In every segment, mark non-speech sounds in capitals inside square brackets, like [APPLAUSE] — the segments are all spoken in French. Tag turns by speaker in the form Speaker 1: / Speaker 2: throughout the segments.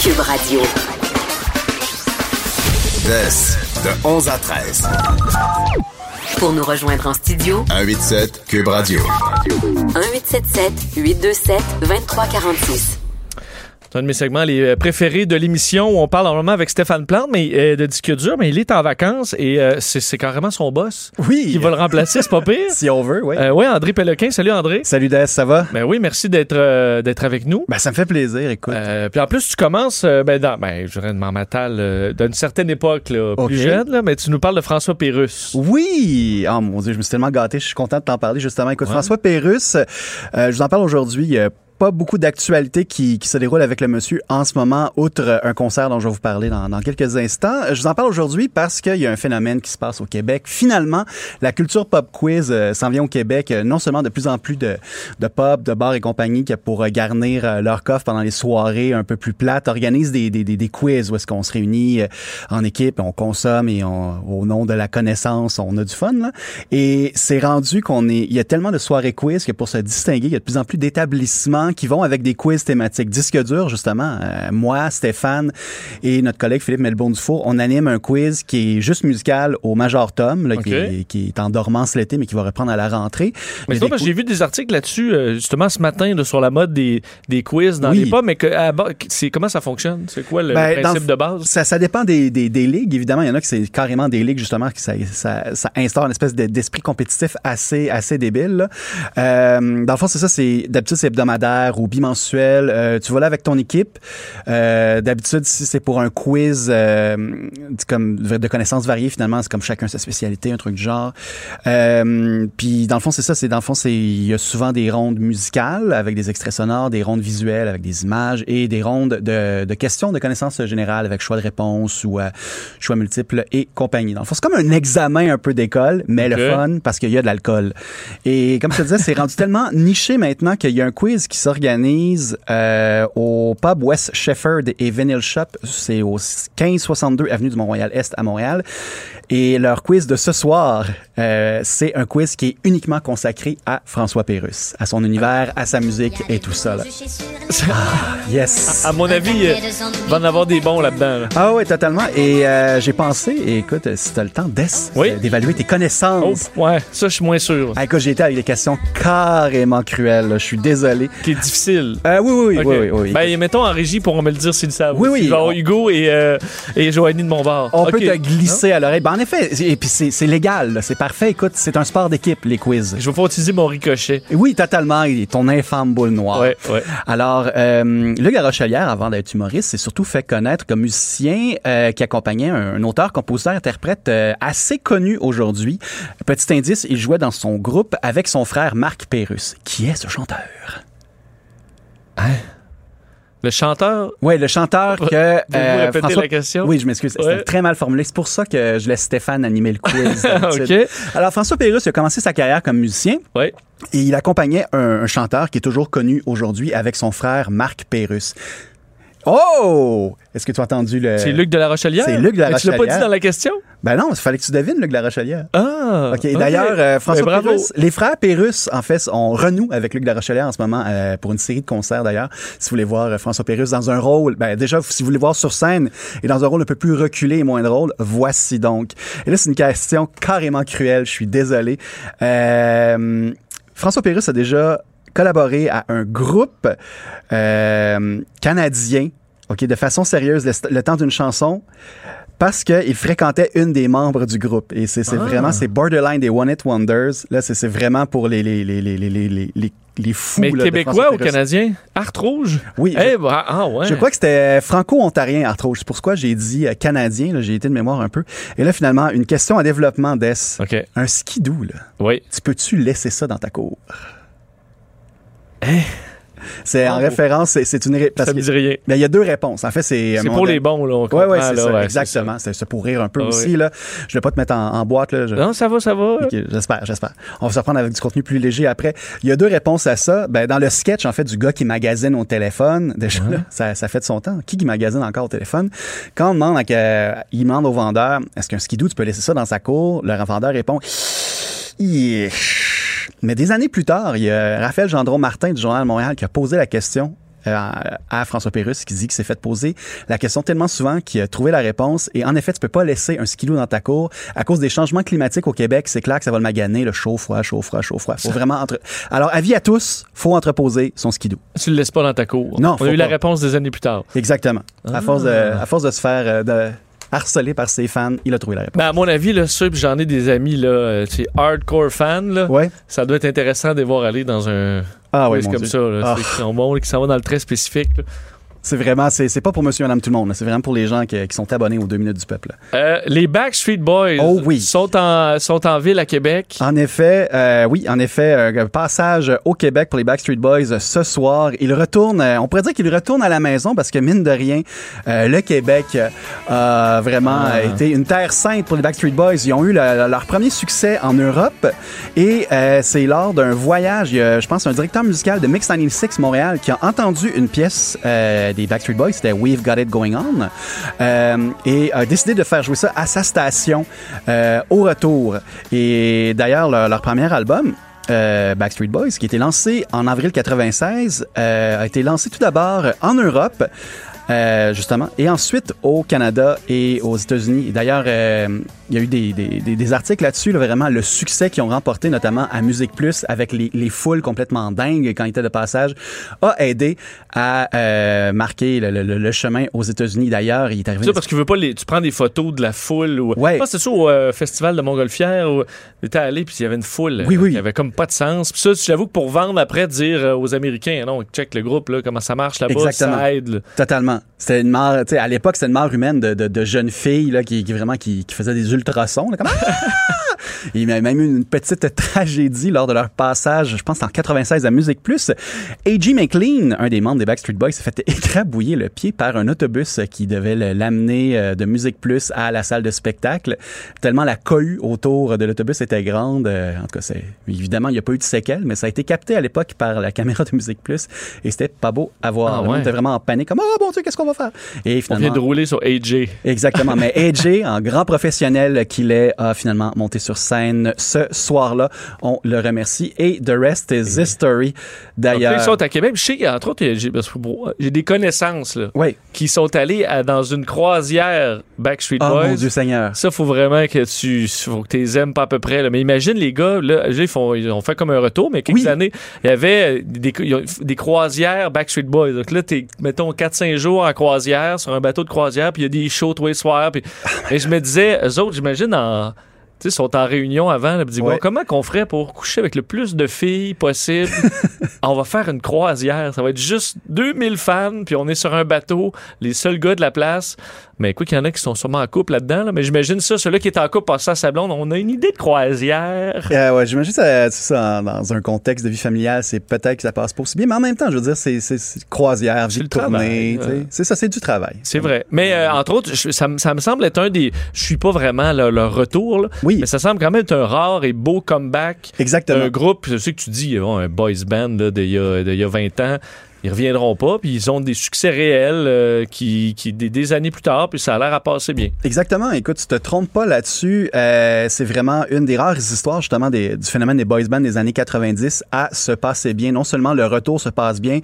Speaker 1: Cube Radio.
Speaker 2: This, de 11 à 13.
Speaker 1: Pour nous rejoindre en studio,
Speaker 2: 187 Cube Radio.
Speaker 1: 1877 827 2346.
Speaker 3: C'est un de mes segments les euh, préférés de l'émission où on parle normalement avec Stéphane Plante mais, euh, de disque dur, mais il est en vacances et euh, c'est c'est carrément son boss qui
Speaker 4: Oui,
Speaker 3: va le remplacer,
Speaker 4: [LAUGHS]
Speaker 3: c'est pas pire.
Speaker 4: si on veut, oui.
Speaker 3: Euh, ouais, André Péloquin. Salut André.
Speaker 4: Salut Des, ça va?
Speaker 3: Ben oui, merci d'être euh, d'être avec nous.
Speaker 4: Ben, ça me fait plaisir, écoute.
Speaker 3: Euh, puis en plus, tu commences, euh, ben, dans, ben, je dirais de Marmatal, euh, d'une certaine époque, là, plus
Speaker 4: Ok.
Speaker 3: jeune, là, mais tu nous parles de François Pérusse.
Speaker 4: Oui! Oh mon Dieu, je me suis tellement gâté, je suis content de t'en parler justement. Écoute, François Pérusse, euh, je vous en parle aujourd'hui. Il y a pas beaucoup d'actualités qui, qui se déroulent avec le monsieur en ce moment, outre euh, un concert dont je vais vous parler dans, dans quelques instants. Je vous en parle aujourd'hui parce qu'il y a un phénomène qui se passe au Québec. Finalement, la culture pop quiz euh, s'en vient au Québec, euh, non seulement de plus en plus de, de pubs, de bars et compagnie qui, pour euh, garnir euh, leur coffre pendant les soirées un peu plus plates, organisent des, des, des, des quiz où est-ce qu'on se réunit euh, en équipe, on consomme et on, au nom de la connaissance, on a du fun. là. Et c'est rendu qu'on est... Il y a tellement de soirées quiz que pour se distinguer, il y a de plus en plus d'établissements qui vont avec des quiz thématiques. Disque dur, justement. euh, moi, Stéphane et notre collègue Philippe Melbourne-Dufour, on anime un quiz qui est juste musical au Major Tom, là,
Speaker 3: Ok.
Speaker 4: qui, est, qui est en dormance l'été, mais qui va reprendre à la rentrée.
Speaker 3: Mais
Speaker 4: Il y a
Speaker 3: c'est drôle
Speaker 4: des
Speaker 3: parce que j'ai vu des articles là-dessus, euh, justement, ce matin, là, sur la mode des, des quiz dans
Speaker 4: Oui.
Speaker 3: les pubs, mais que, à bas- c'est, comment ça fonctionne? C'est quoi le
Speaker 4: Ben, dans
Speaker 3: principe
Speaker 4: le-
Speaker 3: de base?
Speaker 4: Ça, ça dépend des, des, des ligues, évidemment. Il y en a qui c'est carrément des ligues, justement, qui ça, ça, ça instaure une espèce de- d'esprit compétitif assez, assez débile. là. Euh, dans le fond, c'est ça, c'est d'habitude, c'est hebdomadaire ou bimensuel. Euh, tu vas là avec ton équipe. Euh, d'habitude, si c'est pour un quiz euh, dis comme de connaissances variées, finalement, c'est comme chacun sa spécialité, un truc du genre. Euh, puis, dans le fond, c'est ça, c'est dans le fond, c'est il y a souvent des rondes musicales avec des extraits sonores, des rondes visuelles avec des images et des rondes de, de questions de connaissances générales avec choix de réponse ou euh, choix multiples et compagnie. Dans le fond, c'est comme un examen un peu d'école, mais
Speaker 3: Ok.
Speaker 4: le fun parce qu'il y a de l'alcool. Et comme je te disais, c'est rendu tellement niché maintenant qu'il y a un quiz qui s'organise euh, au pub West Shefford et Vinyl Shop. C'est au 1562 avenue du Mont-Royal-Est à Montréal. Et leur quiz de ce soir, euh, c'est un quiz qui est uniquement consacré à François Pérusse, à son univers, à sa musique et tout ça. Là. Yes!
Speaker 3: À mon avis, euh, il va en avoir des bons là-dedans. là.
Speaker 4: Ah oui, totalement. Et euh, j'ai pensé, et écoute, euh, si t'as le temps, d'ess,
Speaker 3: Oui.
Speaker 4: euh, d'évaluer tes
Speaker 3: Oh,
Speaker 4: connaissances.
Speaker 3: ouais, ça, je suis moins sûr.
Speaker 4: Ah, écoute, j'ai été avec des questions carrément cruelles. là. Je suis désolé.
Speaker 3: Qui est difficile.
Speaker 4: Euh, oui, oui, oui,
Speaker 3: Ok.
Speaker 4: oui, oui, oui.
Speaker 3: Ben, mettons en régie pour me le dire s'ils le savent.
Speaker 4: Oui,
Speaker 3: aussi.
Speaker 4: oui.
Speaker 3: Genre Hugo et, euh, et Joanie de Montbard.
Speaker 4: On
Speaker 3: Ok. Hein?
Speaker 4: peut te glisser à l'oreille. Ben, en effet, et puis c'est c'est légal, là. c'est parfait. Écoute, c'est un sport d'équipe, les quiz.
Speaker 3: Je vais pas utiliser mon ricochet.
Speaker 4: Oui, totalement. Et Ton infâme boule noire.
Speaker 3: Ouais, ouais.
Speaker 4: Alors, euh, Luc Larochelière, avant d'être humoriste, s'est surtout fait connaître comme musicien euh, qui accompagnait un, un auteur, compositeur, interprète euh, assez connu aujourd'hui. Petit indice, il jouait dans son groupe avec son frère Marc Pérus. Qui est ce chanteur?
Speaker 3: Le chanteur.
Speaker 4: Oui, le chanteur que... euh,
Speaker 3: Vous répétez la question?
Speaker 4: Oui, je m'excuse.
Speaker 3: Ouais.
Speaker 4: C'était très mal formulé. C'est pour ça que je laisse Stéphane animer
Speaker 3: [LAUGHS]
Speaker 4: le quiz. d'habitude.
Speaker 3: Ok.
Speaker 4: Alors, François Pérus il a commencé sa carrière comme musicien.
Speaker 3: Ouais.
Speaker 4: Et il accompagnait un, un chanteur qui est toujours connu aujourd'hui avec son frère Marc Pérus. Oh! Est-ce que tu as entendu le...
Speaker 3: C'est Luc de la Rochelière.
Speaker 4: C'est Luc de La
Speaker 3: Mais Tu l'as pas
Speaker 4: Rochelière.
Speaker 3: dit dans la question?
Speaker 4: Ben non, il fallait que tu devines Luc Larochelière.
Speaker 3: Ah.
Speaker 4: OK. D'ailleurs, euh, François
Speaker 3: Ben, bravo.
Speaker 4: Pérusse- les frères Pérus, en fait, on renoue avec Luc Larochelière en ce moment euh, pour une série de concerts, d'ailleurs. Si vous voulez voir euh, François Pérus dans un rôle, ben déjà, si vous voulez voir sur scène et dans un rôle un peu plus reculé et moins drôle, voici donc. Et là, c'est une question carrément cruelle, je suis désolé. Euh, François Pérus a déjà collaboré à un groupe euh, canadien, OK, de façon sérieuse, le, le temps d'une chanson parce qu'il fréquentait une des membres du groupe. Et c'est c'est
Speaker 3: Ah.
Speaker 4: vraiment, c'est borderline des One It Wonders. Là, c'est c'est vraiment pour les, les, les, les, les, les, les, les- les fous.
Speaker 3: Mais
Speaker 4: là, de
Speaker 3: québécois
Speaker 4: François
Speaker 3: ou
Speaker 4: Pérusse.
Speaker 3: canadien? Art rouge?
Speaker 4: Oui,
Speaker 3: Eh,
Speaker 4: je-
Speaker 3: ben, ah, ouais.
Speaker 4: Je crois que c'était euh, franco-ontarien, Art Rouge. C'est pourquoi j'ai dit euh, canadien. là, J'ai été de mémoire un peu. Et là, finalement, une question à développement d'Es.
Speaker 3: OK.
Speaker 4: Un skidoo, là.
Speaker 3: Oui.
Speaker 4: Tu peux-tu laisser ça dans ta cour? C'est en référence, c'est- c'est une... ré- parce
Speaker 3: Hein? Oh. Ça me
Speaker 4: que-
Speaker 3: dit rien.
Speaker 4: Ben, il y a deux réponses. En fait, c'est... euh, à un
Speaker 3: C'est
Speaker 4: moment
Speaker 3: pour
Speaker 4: donné-
Speaker 3: les bons, là. on
Speaker 4: Oui, oui,
Speaker 3: comprend,
Speaker 4: c'est
Speaker 3: là,
Speaker 4: ça,
Speaker 3: ouais,
Speaker 4: exactement. C'est c'est pour rire un peu
Speaker 3: Ah,
Speaker 4: aussi.
Speaker 3: oui.
Speaker 4: Là. Je ne vais pas te mettre en, en boîte. Là. Je-
Speaker 3: Non, ça va, ça va.
Speaker 4: Ok, J'espère, j'espère. On va se reprendre avec du contenu plus léger après. Il y a deux réponses à ça. Ben, dans le sketch, en fait, du gars qui magasine au téléphone, déjà, là, ça, ça fait de son temps. Qui qui magasine encore au téléphone? Quand on demande, à que- euh, il demande au vendeur, est-ce qu'un skidoo, tu peux laisser ça dans sa cour? Le vendeur répond, Yeah. Mais des années plus tard, il y a Raphaël Gendron-Martin du Journal de Montréal qui a posé la question euh, à François Pérus qui dit qu'il s'est fait poser la question tellement souvent qu'il a trouvé la réponse. Et en effet, tu peux pas laisser un skilou dans ta cour à cause des changements climatiques au Québec. C'est clair que ça va le maganer, le chaud, froid, chaud, froid, chaud, froid. Faut vraiment entre... Alors, avis à tous, faut entreposer son skidou.
Speaker 3: Tu le laisses pas dans ta cour.
Speaker 4: Non,
Speaker 3: On
Speaker 4: faut
Speaker 3: a eu la
Speaker 4: pas.
Speaker 3: réponse des années plus tard.
Speaker 4: Exactement. À, force de,
Speaker 3: Ah.
Speaker 4: à force de se faire euh, de harceler par ses fans, il a trouvé la réponse.
Speaker 3: Ben, à mon avis, là, ceux, puis j'en ai des amis, là, euh, tu sais, hardcore fans, là.
Speaker 4: Ouais.
Speaker 3: Ça doit être intéressant de les voir aller dans un
Speaker 4: Ah oui,
Speaker 3: quiz
Speaker 4: mon
Speaker 3: comme
Speaker 4: Dieu.
Speaker 3: ça, là.
Speaker 4: Ah,
Speaker 3: C'est qui sont bons, là, qui s'en vont dans le très spécifique. là.
Speaker 4: c'est vraiment, c'est c'est pas pour monsieur, madame, tout le monde. là. C'est vraiment pour les gens qui, qui sont abonnés aux deux minutes du peuple.
Speaker 3: Euh, les Backstreet Boys
Speaker 4: Oh oui. Ah,
Speaker 3: sont, en, sont en ville à Québec.
Speaker 4: En effet, euh, oui, en effet, euh, passage au Québec pour les Backstreet Boys euh, ce soir. Ils retournent, euh, on pourrait dire qu'ils retournent à la maison parce que mine de rien, euh, le Québec euh, a vraiment
Speaker 3: Ah.
Speaker 4: été une terre sainte pour les Backstreet Boys. Ils ont eu le- leur premier succès en Europe et euh, c'est lors d'un voyage, il y a, je pense, un directeur musical de Mix 96 Montréal qui a entendu une pièce euh, des Backstreet Boys, c'était We've Got It Going On, euh, et a décidé de faire jouer ça à sa station euh, au retour. Et d'ailleurs, leur, leur premier album, euh, Backstreet Boys, qui a été lancé en avril 96, euh, a été lancé tout d'abord en Europe. euh, justement, et ensuite au Canada et aux États-Unis. Et D'ailleurs, euh, il y a eu des, des- des- des articles là-dessus, là, vraiment le succès qu'ils ont remporté, notamment à Musique Plus, avec les, les foules complètement dingues quand ils étaient de passage, a aidé à euh, marquer le, le- le- le chemin aux États-Unis. D'ailleurs, il est arrivé...
Speaker 3: C'est ça parce qu'il veut pas les. Tu prends des photos de la foule ou.
Speaker 4: Ouais.
Speaker 3: Je pense que c'est ça au euh, festival de Montgolfière où t'étais allé puis il y avait une foule
Speaker 4: Oui,
Speaker 3: euh,
Speaker 4: oui.
Speaker 3: qui avait comme pas de sens. Puis ça, j'avoue que pour vendre après, dire euh, aux Américains, non, check le groupe là, comment ça marche là-bas,
Speaker 4: Exactement.
Speaker 3: ça aide. là.
Speaker 4: Totalement. C'était une mare, tu sais, à l'époque, c'était une mare humaine de, de, de jeunes filles là, qui, qui vraiment qui, qui faisaient des ultrasons. Là, comme,
Speaker 3: [LAUGHS]
Speaker 4: Ah! Il y a même eu une petite tragédie lors de leur passage, je pense, en 96 à Musique Plus. A.G. McLean, un des membres des Backstreet Boys, s'est fait écrabouiller le pied par un autobus qui devait le- l'amener euh, de Musique Plus à la salle de spectacle. Tellement la cohue autour de l'autobus était grande. euh, En tout cas, c'est, évidemment, il n'y a pas eu de séquelles, mais ça a été capté à l'époque par la caméra de Musique Plus et c'était pas beau à voir.
Speaker 3: Ah
Speaker 4: Le monde
Speaker 3: ouais.
Speaker 4: était vraiment en panique, comme oh mon dieu, qu'est-ce qu'on va faire Et
Speaker 3: On
Speaker 4: finalement,
Speaker 3: vient de rouler sur AJ.
Speaker 4: exactement. Mais
Speaker 3: [LAUGHS]
Speaker 4: AJ, en grand professionnel qu'il est, a finalement monté sur scène ce soir-là. On le remercie. Et the rest is history.
Speaker 3: Après,
Speaker 4: D'ailleurs,
Speaker 3: Ils sont à Québec. Je sais qu'entre autres, j'ai parce que pour- j'ai des connaissances là,
Speaker 4: oui.
Speaker 3: qui sont allés à- dans une croisière Backstreet
Speaker 4: Oh
Speaker 3: Boys.
Speaker 4: mon Dieu Seigneur.
Speaker 3: Ça, faut vraiment que tu faut que tu les aimes pas à peu près. là. Mais imagine les gars, là, ils, font, ils ont fait comme un retour, mais quelques
Speaker 4: Oui.
Speaker 3: années, il y avait euh, des, il y a des croisières Backstreet Boys. Donc là, t'es, mettons, 4-5 jours en croisière, sur un bateau de croisière, puis il y a des shows tous les soirs. Puis,
Speaker 4: Ah,
Speaker 3: et je me disais, eux autres, j'imagine, en. Tu sais, sont en réunion avant, là, puis disent,
Speaker 4: Ouais.
Speaker 3: bon, comment qu'on ferait pour coucher avec le plus de filles possible? on va faire une croisière. Ça va être juste 2000 fans, puis on est sur un bateau, les seuls gars de la place. Mais quoi qu'il y en a qui sont sûrement en couple là-dedans, là, mais j'imagine ça, celui qui est en couple passe à sa blonde, on a une idée de croisière.
Speaker 4: Euh, ouais, j'imagine que ça, ça, en- dans un contexte de vie familiale, c'est peut-être que ça passe pas aussi bien, mais en même temps, je veux dire, c'est, c'est, c'est croisière, vie
Speaker 3: le
Speaker 4: de tournée,
Speaker 3: travail,
Speaker 4: tu sais.
Speaker 3: euh.
Speaker 4: c'est ça, c'est du travail.
Speaker 3: C'est vrai. Mais euh, entre autres, je- ça, me- ça me semble être un des... Je suis pas vraiment le- leur retour, là,
Speaker 4: Oui.
Speaker 3: mais ça semble quand même être un rare et beau comeback.
Speaker 4: Exactement.
Speaker 3: Un groupe, je sais que tu dis, bon, un boys band là, d'il y, a- d'il y a 20 ans, ils reviendront pas, puis ils ont des succès réels euh, qui, qui des, des années plus tard, puis ça a l'air à passer bien.
Speaker 4: Exactement. Écoute, tu te trompes pas là-dessus. Euh, c'est vraiment une des rares histoires justement des- du phénomène des boys bands des années 90 à se passer bien. Non seulement le retour se passe bien.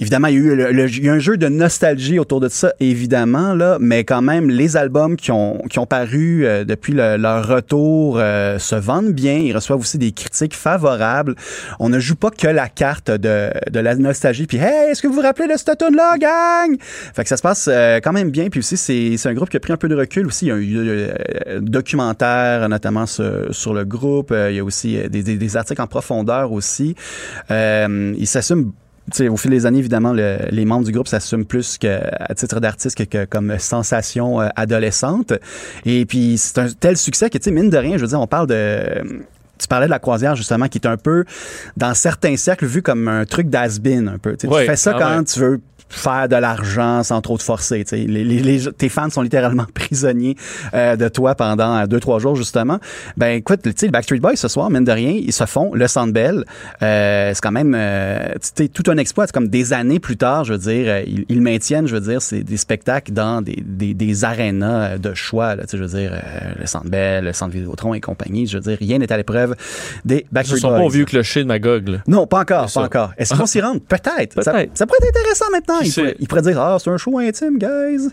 Speaker 4: Évidemment, il y a eu le- le- il y a un jeu de nostalgie autour de ça, évidemment là, mais quand même les albums qui ont qui ont paru euh, depuis le- leur retour euh, se vendent bien. Ils reçoivent aussi des critiques favorables. On ne joue pas que la carte de, de la nostalgie. Puis hey, est-ce que vous vous rappelez de cette tune là, gang Fait que ça se passe euh, quand même bien. Puis aussi, c'est c'est un groupe qui a pris un peu de recul aussi. Il y a eu euh, un documentaire, notamment sur, sur le groupe. Euh, Il y a aussi euh, des, des- des articles en profondeur aussi. Euh, ils s'assument. tu sais, au fil des années, évidemment, le- les membres du groupe s'assument plus que, à titre d'artiste que, que comme sensation euh, adolescente. Et puis, c'est un tel succès que, tu sais, mine de rien, je veux dire, on parle de... Tu parlais de la croisière, justement, qui est un peu, dans certains cercles, vu comme un truc d'hasbin un peu. Tu sais, tu
Speaker 3: Ouais,
Speaker 4: fais ça
Speaker 3: ah
Speaker 4: quand
Speaker 3: ouais.
Speaker 4: tu veux faire de l'argent sans trop te forcer. tu sais. Les- les- les- tes fans sont littéralement [LAUGHS] prisonniers euh, de toi pendant euh, deux, trois jours, justement. Ben écoute, tu sais, les Backstreet Boys, ce soir, mine de rien, ils se font le Sandbell. Euh, c'est quand même euh, tu sais, tout un exploit. C'est comme des années plus tard, je veux dire, euh, ils, ils maintiennent, je veux dire, c'est des spectacles dans des, des, des arénas euh, de choix. Là, tu sais, je veux dire, euh, le Sandbell, le Centre Vidéotron et compagnie. Je veux dire, rien n'est à l'épreuve des
Speaker 3: Ils ne
Speaker 4: Backstreet
Speaker 3: sont
Speaker 4: Boys.
Speaker 3: pas au vieux clocher de Magog. là.
Speaker 4: Non, pas encore,
Speaker 3: C'est
Speaker 4: pas
Speaker 3: ça. Ah.
Speaker 4: encore. Est-ce qu'on s'y rend? Peut-être. Ça,
Speaker 3: Peut-être.
Speaker 4: ça pourrait être intéressant maintenant.
Speaker 3: Qui
Speaker 4: Il
Speaker 3: sait?
Speaker 4: pourrait, il pourrait dire, ah, c'est un show intime, guys.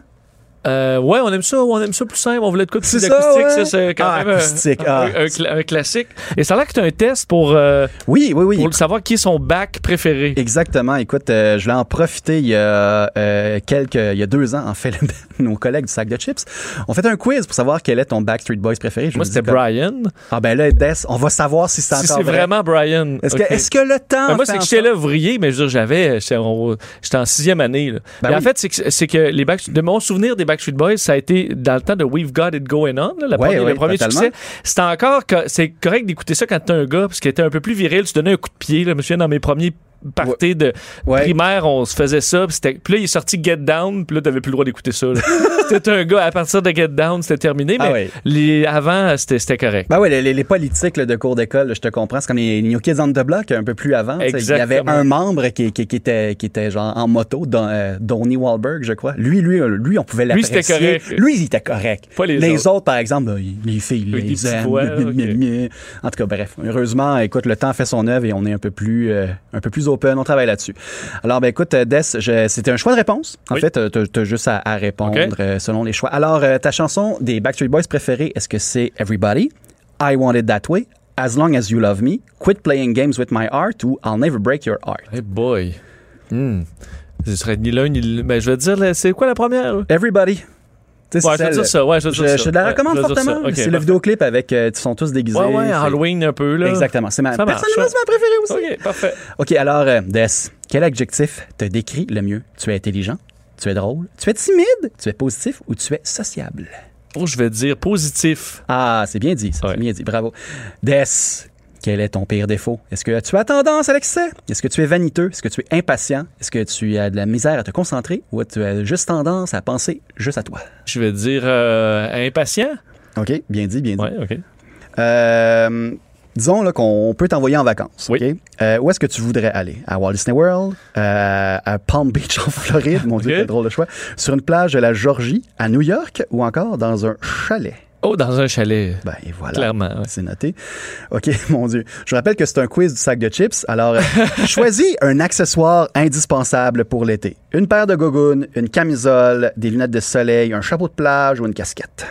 Speaker 3: Euh, ouais, on aime ça, on aime ça plus simple, on voulait de quoi de
Speaker 4: C'est
Speaker 3: plus
Speaker 4: ça,
Speaker 3: acoustique,
Speaker 4: ouais.
Speaker 3: ça, c'est quand
Speaker 4: Ah,
Speaker 3: même euh,
Speaker 4: acoustique,
Speaker 3: un,
Speaker 4: ah.
Speaker 3: un cla- un classique. Et ça a l'air que tu un test pour, euh,
Speaker 4: Oui, oui, oui.
Speaker 3: pour savoir qui est son bac préféré.
Speaker 4: Exactement. Écoute, euh, je l'ai en profité il y a euh, quelques, il y a deux ans, en fait, [LAUGHS] nos collègues du sac de chips ont fait un quiz pour savoir quel est ton Backstreet Boys préféré. Je
Speaker 3: Moi,
Speaker 4: me dis
Speaker 3: c'était
Speaker 4: comme,
Speaker 3: Brian.
Speaker 4: Ah ben là, Des, on va savoir si c'est
Speaker 3: Si
Speaker 4: encore
Speaker 3: c'est
Speaker 4: vrai.
Speaker 3: vraiment Brian.
Speaker 4: Est-ce
Speaker 3: ok.
Speaker 4: que, est-ce que le temps
Speaker 3: Ben, moi,
Speaker 4: fait
Speaker 3: c'est que
Speaker 4: en
Speaker 3: j'étais
Speaker 4: sorte-
Speaker 3: lèvrier, mais je veux dire, j'avais. J'étais on- j'étais en sixième année. là.
Speaker 4: Ben
Speaker 3: Mais En
Speaker 4: oui.
Speaker 3: fait, c'est que, c'est que les Back- de mon souvenir des Backstreet Boys, ça a été dans le temps de We've Got It Going On, là, la
Speaker 4: Ouais,
Speaker 3: première-
Speaker 4: ouais,
Speaker 3: le premier
Speaker 4: totalement.
Speaker 3: succès. C'était encore. co- C'est correct d'écouter ça quand t'es un gars, parce qu'il était un peu plus viril. Tu donnais un coup de pied. Là. Je me souviens, dans mes premiers parties de
Speaker 4: Ouais.
Speaker 3: primaire, on se faisait ça. Puis, c'était- puis là, il est sorti Get Down, puis là, t'avais plus le droit d'écouter ça.
Speaker 4: [LAUGHS]
Speaker 3: là. c'était un gars, à partir de Get Down, c'était terminé. Mais
Speaker 4: Ah ouais.
Speaker 3: les, avant, c'était c'était correct.
Speaker 4: Ben oui, les, les- les politiques là, de cours d'école, là, je te comprends, c'est comme les New Kids on the Block un peu plus avant. tu sais. Il y avait
Speaker 3: Exactement.
Speaker 4: un membre qui, qui, qui était, qui était genre en moto, dans, euh, Donnie Wahlberg, je crois. Lui, lui, euh, lui, on pouvait
Speaker 3: Lui,
Speaker 4: l'apprécier.
Speaker 3: c'était correct.
Speaker 4: Lui, il était correct.
Speaker 3: Pas les autres.
Speaker 4: par exemple, ben, les filles,
Speaker 3: Avec des
Speaker 4: les
Speaker 3: petites
Speaker 4: aiment.
Speaker 3: voix, ok.
Speaker 4: En tout cas, bref. Heureusement, écoute, le temps fait son œuvre et on est un peu plus, euh, un peu plus open. On travaille là-dessus. Alors, ben écoute, euh, Des, je- c'était un choix de réponse. En
Speaker 3: Oui.
Speaker 4: fait, euh, t'as t'as juste à, à répondre
Speaker 3: Ok.
Speaker 4: euh, selon les choix. Alors, euh, ta chanson des Backstreet Boys préférée, est-ce que c'est Everybody, I Want It That Way, As Long As You Love Me, Quit Playing Games With My Heart ou I'll Never Break Your Heart?
Speaker 3: Hey boy. Hmm. Ce serait ni l'un ni l'autre. Ben, je vais te dire, là, c'est quoi la première? là?
Speaker 4: Everybody. Tu sais,
Speaker 3: Ouais, je vais
Speaker 4: c'est celle-
Speaker 3: dire ça. Ouais, je vais
Speaker 4: Je,
Speaker 3: dire ça.
Speaker 4: je te la
Speaker 3: Ouais,
Speaker 4: recommande
Speaker 3: je vais dire ça.
Speaker 4: fortement. hein.
Speaker 3: Ok,
Speaker 4: c'est le
Speaker 3: parfait.
Speaker 4: vidéoclip avec euh, ils sont tous déguisés.
Speaker 3: Ouais, ouais,
Speaker 4: c'est-
Speaker 3: Halloween un peu, là.
Speaker 4: Exactement. C'est ma
Speaker 3: Ça marche,
Speaker 4: personnellement,
Speaker 3: ouais.
Speaker 4: c'est ma préférée aussi.
Speaker 3: OK, parfait.
Speaker 4: OK, alors, euh, Des, quel adjectif te décrit le mieux? Tu es intelligent, tu es drôle, tu es timide, tu es positif ou tu es sociable?
Speaker 3: Oh, je vais dire positif.
Speaker 4: Ah, c'est bien dit, ça,
Speaker 3: Ouais.
Speaker 4: c'est bien dit, bravo. Des, quel est ton pire défaut? Est-ce que tu as tendance à l'excès? Est-ce que tu es vaniteux? Est-ce que tu es impatient? Est-ce que tu as de la misère à te concentrer ou tu as juste tendance à penser juste à toi?
Speaker 3: Je vais dire euh, impatient.
Speaker 4: OK, bien dit, bien dit.
Speaker 3: Ouais, OK.
Speaker 4: Euh, disons là, qu'on peut t'envoyer en vacances.
Speaker 3: Oui.
Speaker 4: OK? Euh, où est-ce que tu voudrais aller? À Walt Disney World, euh, à Palm Beach en Floride, mon Dieu,
Speaker 3: OK.
Speaker 4: quel drôle de choix. Sur une plage de la Georgie, à New York ou encore dans un chalet.
Speaker 3: Oh, dans un chalet.
Speaker 4: Ben et voilà.
Speaker 3: Clairement, ouais.
Speaker 4: C'est noté. OK, [LAUGHS] mon Dieu. Je rappelle que c'est un quiz du sac de chips.
Speaker 3: [LAUGHS]
Speaker 4: Alors, euh, choisis un accessoire indispensable pour l'été. Une paire de gogoons, une camisole, des lunettes de soleil, un chapeau de plage ou une casquette.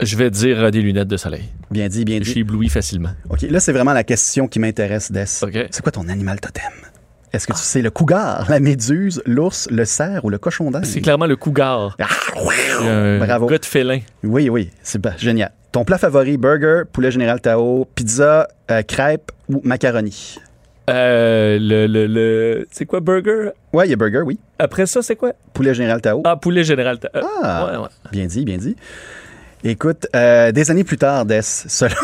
Speaker 3: Je vais dire euh, des lunettes de soleil.
Speaker 4: Bien dit, bien
Speaker 3: Je
Speaker 4: dit.
Speaker 3: suis ébloui facilement.
Speaker 4: OK, là, c'est vraiment la question qui m'intéresse, Des.
Speaker 3: OK. Ah.
Speaker 4: C'est quoi ton animal totem? Est-ce que tu sais le cougar, la méduse, l'ours, le cerf ou le cochon d'Inde?
Speaker 3: C'est clairement le cougar.
Speaker 4: Ah, ouais.
Speaker 3: Un
Speaker 4: Bravo.
Speaker 3: gars de félin.
Speaker 4: Oui, oui, c'est ba- génial. Ton plat favori, burger, poulet général Tao, pizza, euh, crêpe ou macaroni?
Speaker 3: Euh, le, le, le- C'est quoi, burger?
Speaker 4: Ouais, il y a burger, oui.
Speaker 3: Après ça, c'est quoi?
Speaker 4: Poulet général Tao.
Speaker 3: Ah, poulet général. Ta- euh,
Speaker 4: Ah.
Speaker 3: ouais, ouais.
Speaker 4: Bien dit, bien dit. Écoute, euh, des années plus tard, Des, [LAUGHS] selon,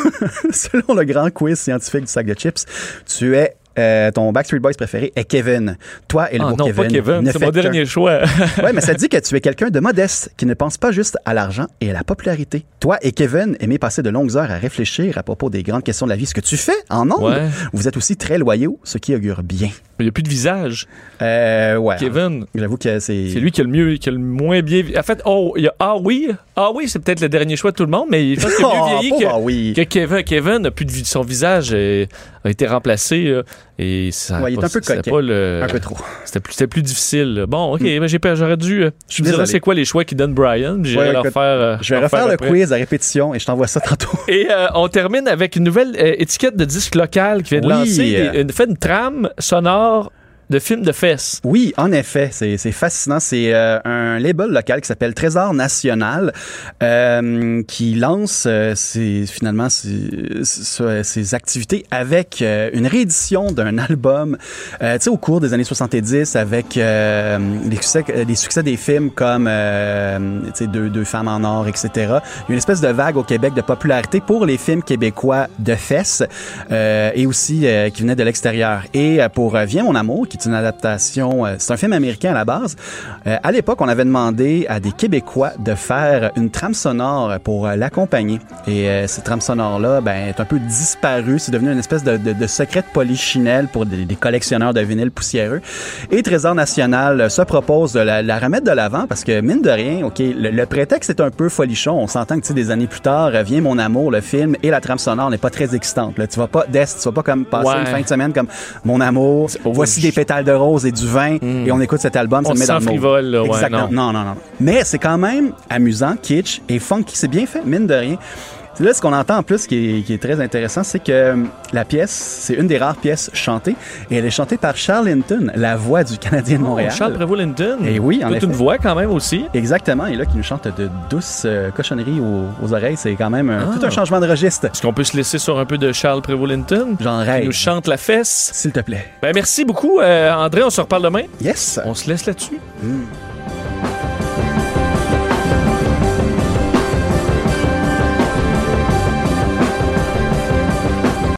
Speaker 4: selon le grand quiz scientifique du sac de chips, tu es euh, ton Backstreet Boys préféré est Kevin. Toi et le
Speaker 3: Ah
Speaker 4: beau
Speaker 3: non,
Speaker 4: Kevin.
Speaker 3: pas Kevin.
Speaker 4: ne
Speaker 3: C'est mon
Speaker 4: faites qu'un.
Speaker 3: dernier choix. [LAUGHS]
Speaker 4: Ouais, mais ça dit que tu es quelqu'un de modeste, qui ne pense pas juste à l'argent et à la popularité. Toi et Kevin aimez passer de longues heures à réfléchir à propos des grandes questions de la vie. Ce que tu fais en ondes,
Speaker 3: Ouais.
Speaker 4: vous êtes aussi très loyaux, ce qui augure bien.
Speaker 3: Il n'y a plus de visage.
Speaker 4: Euh, ouais.
Speaker 3: Kevin.
Speaker 4: J'avoue que c'est...
Speaker 3: C'est lui qui a le mieux, qui a le moins bien. vi- En fait, oh, il y a ah oui, ah oui, c'est peut-être le dernier choix de tout le monde, mais je pense qu'il a mieux
Speaker 4: [LAUGHS] Oh,
Speaker 3: vieilli
Speaker 4: pauvre,
Speaker 3: que,
Speaker 4: ah oui.
Speaker 3: que Kevin. Kevin a plus de vi- son visage euh, a été remplacé là, et ça. a
Speaker 4: Ouais, il est
Speaker 3: pas-
Speaker 4: un peu
Speaker 3: c'était
Speaker 4: coquet.
Speaker 3: pas le-
Speaker 4: Un peu trop. Hmm.
Speaker 3: C'était plus, c'était plus difficile. là. Bon, ok, ben, j'ai pas- j'aurais dû. euh,
Speaker 4: Je suis
Speaker 3: me dirais,
Speaker 4: désolé.
Speaker 3: c'est quoi les choix qu'il donne Brian J'irai
Speaker 4: Ouais,
Speaker 3: leur
Speaker 4: écoute,
Speaker 3: faire. euh,
Speaker 4: Je vais
Speaker 3: leur faire
Speaker 4: refaire le
Speaker 3: après.
Speaker 4: quiz à répétition et je t'envoie ça tantôt.
Speaker 3: Et euh, on termine avec une nouvelle euh, étiquette de disque local qui vient de
Speaker 4: Oui.
Speaker 3: lancer des- une, fait une trame sonore de film de fesses.
Speaker 4: Oui, en effet, c'est c'est fascinant. C'est euh, un label local qui s'appelle Trésor National euh, qui lance euh, ses- finalement ses, ses- ses activités avec euh, une réédition d'un [LAUGHS] album, euh, tu sais, au cours des années 70 avec euh, les, succès, les succès des films comme euh, tu sais, deux, deux femmes en or, etc. Il y a une espèce de vague au Québec de popularité pour les films québécois de fesses euh, et aussi euh, qui venaient de l'extérieur. Et euh, pour euh, Viens mon amour, qui qui est une adaptation. euh, c'est un film américain à la base. Euh, à l'époque, on avait demandé à des Québécois de faire une trame sonore pour euh, l'accompagner. Et euh, cette trame sonore-là, ben, est un peu disparue. C'est devenu une espèce de, de, de secret de polichinelle pour des, des collectionneurs de vinyle poussiéreux. Et Trésor National euh, se propose de la, la remettre de l'avant parce que, mine de rien, OK, le, le prétexte est un peu folichon. On s'entend que, tu sais, des années plus tard, euh, Viens mon amour, le film et la trame sonore n'est pas très excitante. Là. Tu vas pas d'est, tu vas pas comme passer
Speaker 3: Ouais.
Speaker 4: une fin de semaine comme Mon amour,
Speaker 3: oh,
Speaker 4: voici
Speaker 3: je-
Speaker 4: des pétales de rose et du vin et on écoute cet album, ça
Speaker 3: Hmm. On
Speaker 4: te met
Speaker 3: se
Speaker 4: dans
Speaker 3: sent
Speaker 4: le mood.
Speaker 3: frivole, là, ouais,
Speaker 4: Exactement. Non, non, non. Mais c'est quand même amusant, kitsch et funky. C'est bien fait, mine de rien. Là, ce qu'on entend en plus qui est, qui est très intéressant, c'est que hum, la pièce, c'est une des rares pièces chantées, et elle est chantée par Charles Hinton, la voix du
Speaker 3: Oh,
Speaker 4: Canadien de Montréal.
Speaker 3: Charles Prévost-Linton.
Speaker 4: Eh oui, en
Speaker 3: Toute
Speaker 4: effet.
Speaker 3: une voix quand même aussi.
Speaker 4: Exactement, et là, qui nous chante de douces euh, cochonneries aux, aux oreilles, c'est quand même un-
Speaker 3: Ah.
Speaker 4: tout un changement de registre.
Speaker 3: Est-ce qu'on peut se laisser sur un peu de Charles Prévost-Linton?
Speaker 4: J'en
Speaker 3: Qui
Speaker 4: rêve.
Speaker 3: nous chante la fesse.
Speaker 4: S'il te plaît.
Speaker 3: Ben merci beaucoup, euh, André. On se reparle demain.
Speaker 4: Yes!
Speaker 3: On se laisse là-dessus.